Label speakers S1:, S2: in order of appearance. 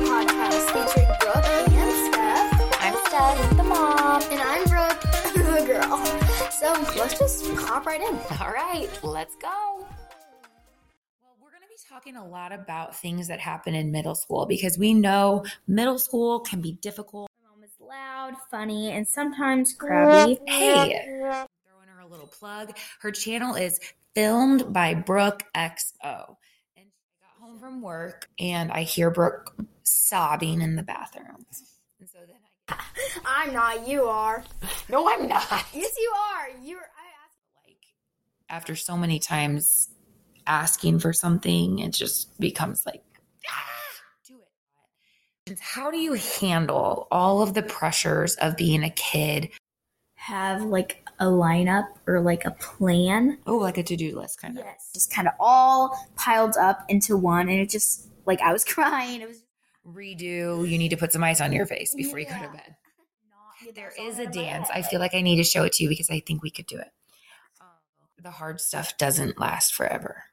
S1: let's just hop right in.
S2: All right, let's go. Well, we're going to be talking a lot about things that happen in middle school because we know middle school can be difficult.
S1: My mom is loud, funny, and sometimes crabby.
S2: Hey, throwing her a little plug. Her channel is filmed by Brooke XO. And I got home from work and I hear Brooke sobbing in the bathroom. And so then I
S1: I'm not. You are.
S2: No, I'm not.
S1: Yes, you are. You're. I
S2: like after so many times asking for something, it just becomes like, "Ah, do it. How do you handle all of the pressures of being a kid?
S1: have like a lineup or like a plan.
S2: Oh, like a to do list kind of.
S1: Yes. Just kind of all piled up into one, and it just like I was crying. It was
S2: Redo, you need to put some ice on your face before you go
S1: Yeah.
S2: to bed.
S1: not.
S2: There is a dance. I feel Um, like I need to show it to you because I think we could do it. The hard stuff doesn't last forever.